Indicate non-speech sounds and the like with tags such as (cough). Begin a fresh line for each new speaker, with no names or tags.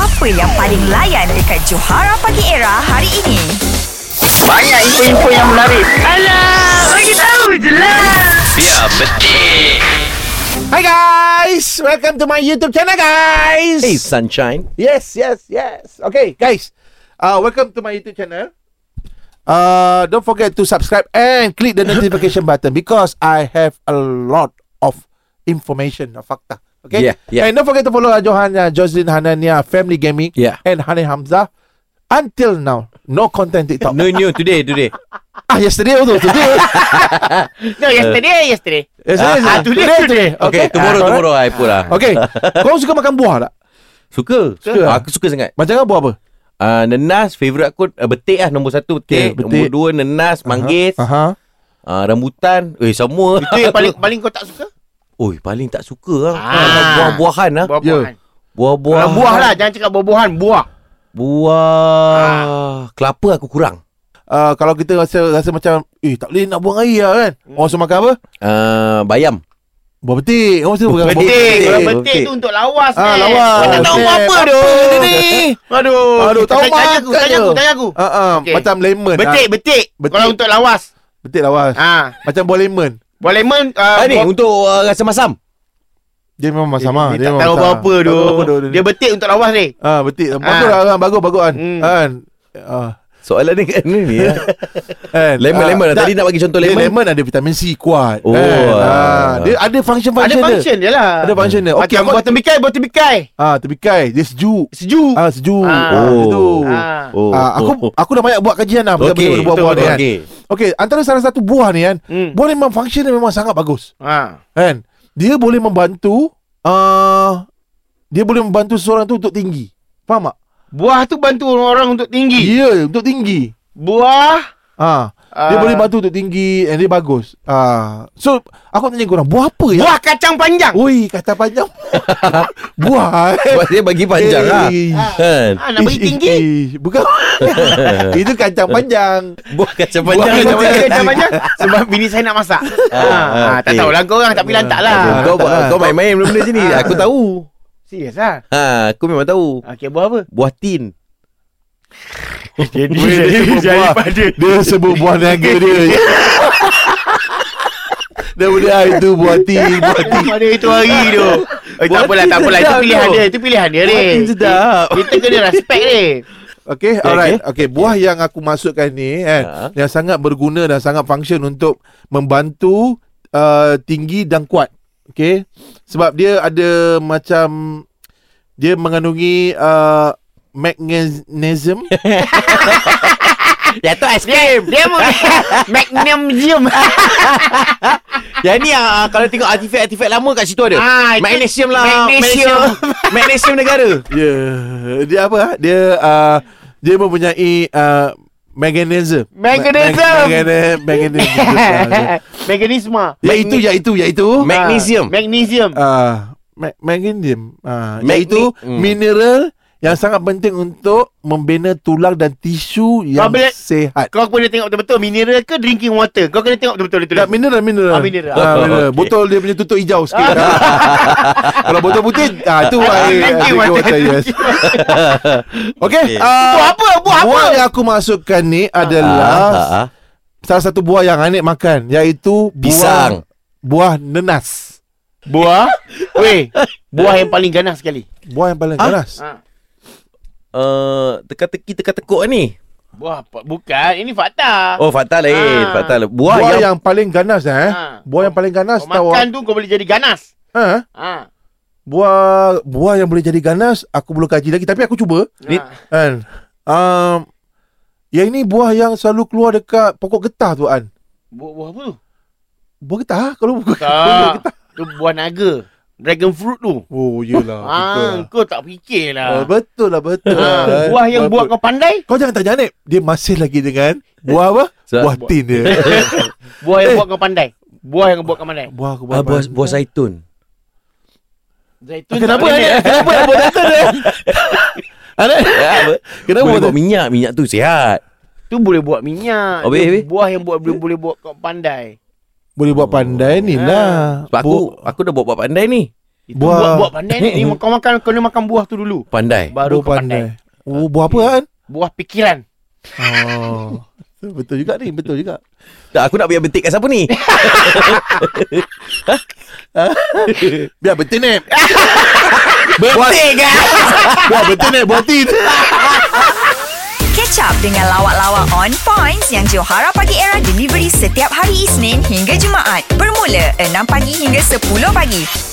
Apa yang paling layan dekat Johara Pagi Era hari ini?
Banyak info-info yang menarik.
Alah, bagi tahu je lah.
Ya, betul.
Hi guys, welcome to my YouTube channel guys.
Hey, sunshine.
Yes, yes, yes. Okay, guys. Uh, welcome to my YouTube channel. Uh, don't forget to subscribe and click the
(laughs)
notification button because I have a lot of information of fakta. Okay.
Yeah, yeah.
And don't forget to follow uh, Johan, uh, Jocelyn Hanania, Family Gaming,
Yeah.
and Hani Hamzah. Until now, no content TikTok.
No, Ah, no, today, today.
Ah, yesterday also
(laughs)
today.
No, yesterday, yesterday.
yesterday,
Ah, today, today.
Okay, okay tomorrow,
Ah,
tomorrow I put lah.
alright. Okay. Kau suka makan buah tak?
Suka. Suka. Aku suka sangat.
Macam mana buah apa?
Uh, nenas, favourite aku, uh, betik lah nombor satu.
Okay,
Betik.
betik.
Nombor dua, nenas, manggis.
Aha. ah.
Uh-huh. Uh, rambutan. Eh, semua.
Itu yang paling paling kau tak suka?
(laughs) Oi, paling tak suka lah.
Ah.
Buah-buahan lah.
Buah-buahan.
Buah-buah.
Buah, buah lah, jangan cakap buah-buahan, buah.
Buah. Kelapa aku kurang.
uh, kalau kita rasa rasa macam eh tak boleh nak buang air lah kan.
Hmm.
Orang suka makan apa?
Uh, bayam.
Buah betik. Orang suka makan
Buah
buah
betik.
Betik, orang
betik.
betik tu untuk lawas
Ah,
ni.
lawas.
Kau tak tahu
Oh,
Betik.
apa-apa
Apa
doh.
dia ni?
Aduh.
Aduh, tahu
Tanya- Tanya aku,
makan
tanya
je.
aku, tanya aku.
Ah ah,
Okey.
macam lemon.
Betik,
Ah.
betik.
Betik.
Kalau untuk lawas.
Betik lawas.
Ha.
Macam buah lemon.
Buah lemon
Ah,
ah,
ni
buah-
untuk uh, rasa masam.
Dia memang sama.
Dia,
memang
tak tahu
masam.
apa-apa
Tak tahu
doh.
apa doh
Dia betik untuk lawas ni.
Ah betik. Bagus
Ah.
lah kan. Bagus bagus kan.
Hmm.
Kan. Ah.
Soalan ni kan ni. ya.
Kan.
Lemon,
Ah,
lemon. lah.
tak-
Tadi nak bagi contoh
dia
lemon.
lemon ada vitamin C kuat.
Oh.
kan? Ah, dia ada
Ada
function-function
function dia lah.
Ada function dia. Okey,
Macam
aku
buah tembikai, buah tembikai.
ah terbikai, dia sejuk.
Sejuk.
Ah sejuk.
Ah.
Ah, gitu.
Ah.
Oh.
Ah, aku aku dah banyak buat kajian lah pasal
Okey,
benda-benda buah-buah ni
betul,
kan.
okey.
Okey, antara salah satu buah ni kan,
Hmm.
buah ni memang function dia memang sangat bagus.
Ha.
Kan? Dia boleh membantu uh, dia boleh membantu seorang tu untuk tinggi. Faham tak?
Buah tu bantu orang-orang untuk
Ya,
tinggi.
yeah, untuk tinggi.
Buah
Ha. Dia
Ah.
boleh bantu untuk tinggi and dia bagus. Ah. So, aku nak tanya korang, buah apa ya?
Buah kacang panjang.
Oi, kata panjang.
(laughs)
buah. eh.
Sebab dia bagi panjang lah.
Eh.
Kan?
Ah, nak
Ish,
bagi
ish,
tinggi.
ish.
(laughs)
Bukan. Itu kacang panjang.
Buah kacang
Buah
panjang.
kacang
Buah
panjang, kacang panjang. (laughs) Sebab bini saya nak masak. Ha,
ah,
ha, tak
okey.
tahulah kau orang tapi lantak lah.
Ah,
Kau
tak lah.
kau main-main benda-benda sini. Aku tahu.
Serius lah.
Ha, aku memang tahu.
Okey, buah apa?
Buah tin.
(laughs) Jadi
Weh, dia sebut buah. Dia sebut buah naga dia. Dia boleh ah, itu buah tin, buah tin.
Pada itu hari tu. Eh,
Buah
tak apalah,
tin
tak apalah. Itu
sedap
pilihan
tau.
dia. Itu pilihan dia,
Buah
Ray.
tin sedap.
Kita kena respect, Ray.
Okey,
Okey,
alright. Okey, okay, buah yang aku masukkan ni eh
Ha.
yang sangat berguna dan sangat function untuk membantu uh, tinggi dan kuat. Okey. Sebab dia ada macam dia mengandungi uh, magnesium. (laughs)
Jatuh ais
Dia, dia
(laughs)
mau Magnum (laughs) Gym.
Yang ni ah, kalau tengok artifak-artifak lama kat situ ada.
Ah, itu-
magnesium lah.
Magnesium.
Magnesium, magnesium negara.
Ya, yeah. dia apa? ah? Dia uh, dia mempunyai uh, mechanism.
Mechanism.
Mechanism.
(laughs)
Mechanism.
Meganisma.
Ya itu, ya itu, ya itu.
Ma- Magnesium.
Magnesium.
Ah, ma- magnesium. Ah,
Magni-
iaitu
Hmm.
mineral yang sangat penting untuk membina tulang dan tisu yang
boleh-
sehat.
Kau kena tengok betul-betul mineral ke drinking water. Kau kena tengok betul-betul dia
Tak,
tulis.
mineral, mineral.
Ah, mineral. Ah.
Ah, mineral.
Okey.
Botol dia punya tutup hijau sikit. (laughs) Kalau botol putih, ah, tu air.
Drinking
drinking
water.
water, yes. (laughs) Okey.
Okey.
ah,
Buah apa? Buah apa?
Buah yang aku masukkan ni adalah
Ah, ah, ah.
salah satu buah yang Anik makan iaitu buah
Pisang.
buah nenas.
Buah. Weh, buah yang paling ganas sekali.
Buah yang paling
Ah?
ganas.
Ha.
Uh, teka-teki teka-tekuk ni.
Buah apa? Bukan, ini fakta.
Oh, fakta lain.
Ah.
Fakta lain.
Buah,
Buah,
yang, paling ganas eh.
Ha.
Buah yang paling ganas
Kau
tahu.
makan tu kau boleh jadi ganas.
Ha?
Ha.
Buah buah yang boleh jadi ganas aku belum kaji lagi tapi aku cuba.
Ni-
Ha.
Kan. Um, yang ini buah yang selalu keluar dekat pokok getah tu an.
Buah, buah apa tu?
Buah getah kalau (laughs) bukan.
Tak. tu buah naga. Dragon fruit tu.
Oh yelah betul lah.
Ah, kau tak fikir
Ah,
lah.
betul lah betul.
Ha. Buah yang buat
kau
kau pandai,
kau jangan tanya Anip Dia masih lagi dengan Buah apa?
Sa-
buah tin dia
(laughs) buah yang buat kau pandai. Buah yang buat kau pandai.
Buah aku
Ah, buah, buah zaitun.
Zaitun.
Kenapa
tak boleh
Anip?
naik.
Kenapa buah zaitun (laughs) dia? Anip
Ya, apa?
Kenapa
Boleh
buah
buat minyak, minyak tu sihat.
(laughs) Tu boleh buat
Oh,
minyak. Tu
weh, weh.
buah yang buat boleh boleh buat kau pandai.
Boleh buat pandai ni
Ah.
lah
Sebab aku aku dah buat buat pandai ni.
Itu
Buah.
buah buah pandai ni. ni kau makan kena makan buah tu dulu.
Pandai.
Baru kau pandai.
Oh, buah apa kan?
Buah pikiran.
Oh. (laughs) betul juga ni, betul juga.
Tak, aku nak biar betik kat siapa
(laughs)
ni?
Biar betul ni.
(laughs) betik kan?
Biar betul ni, buat tin.
Catch up dengan lawak-lawak on points yang Johara Pagi Era delivery setiap hari Isnin hingga Jumaat. Bermula 6 pagi hingga 10 pagi.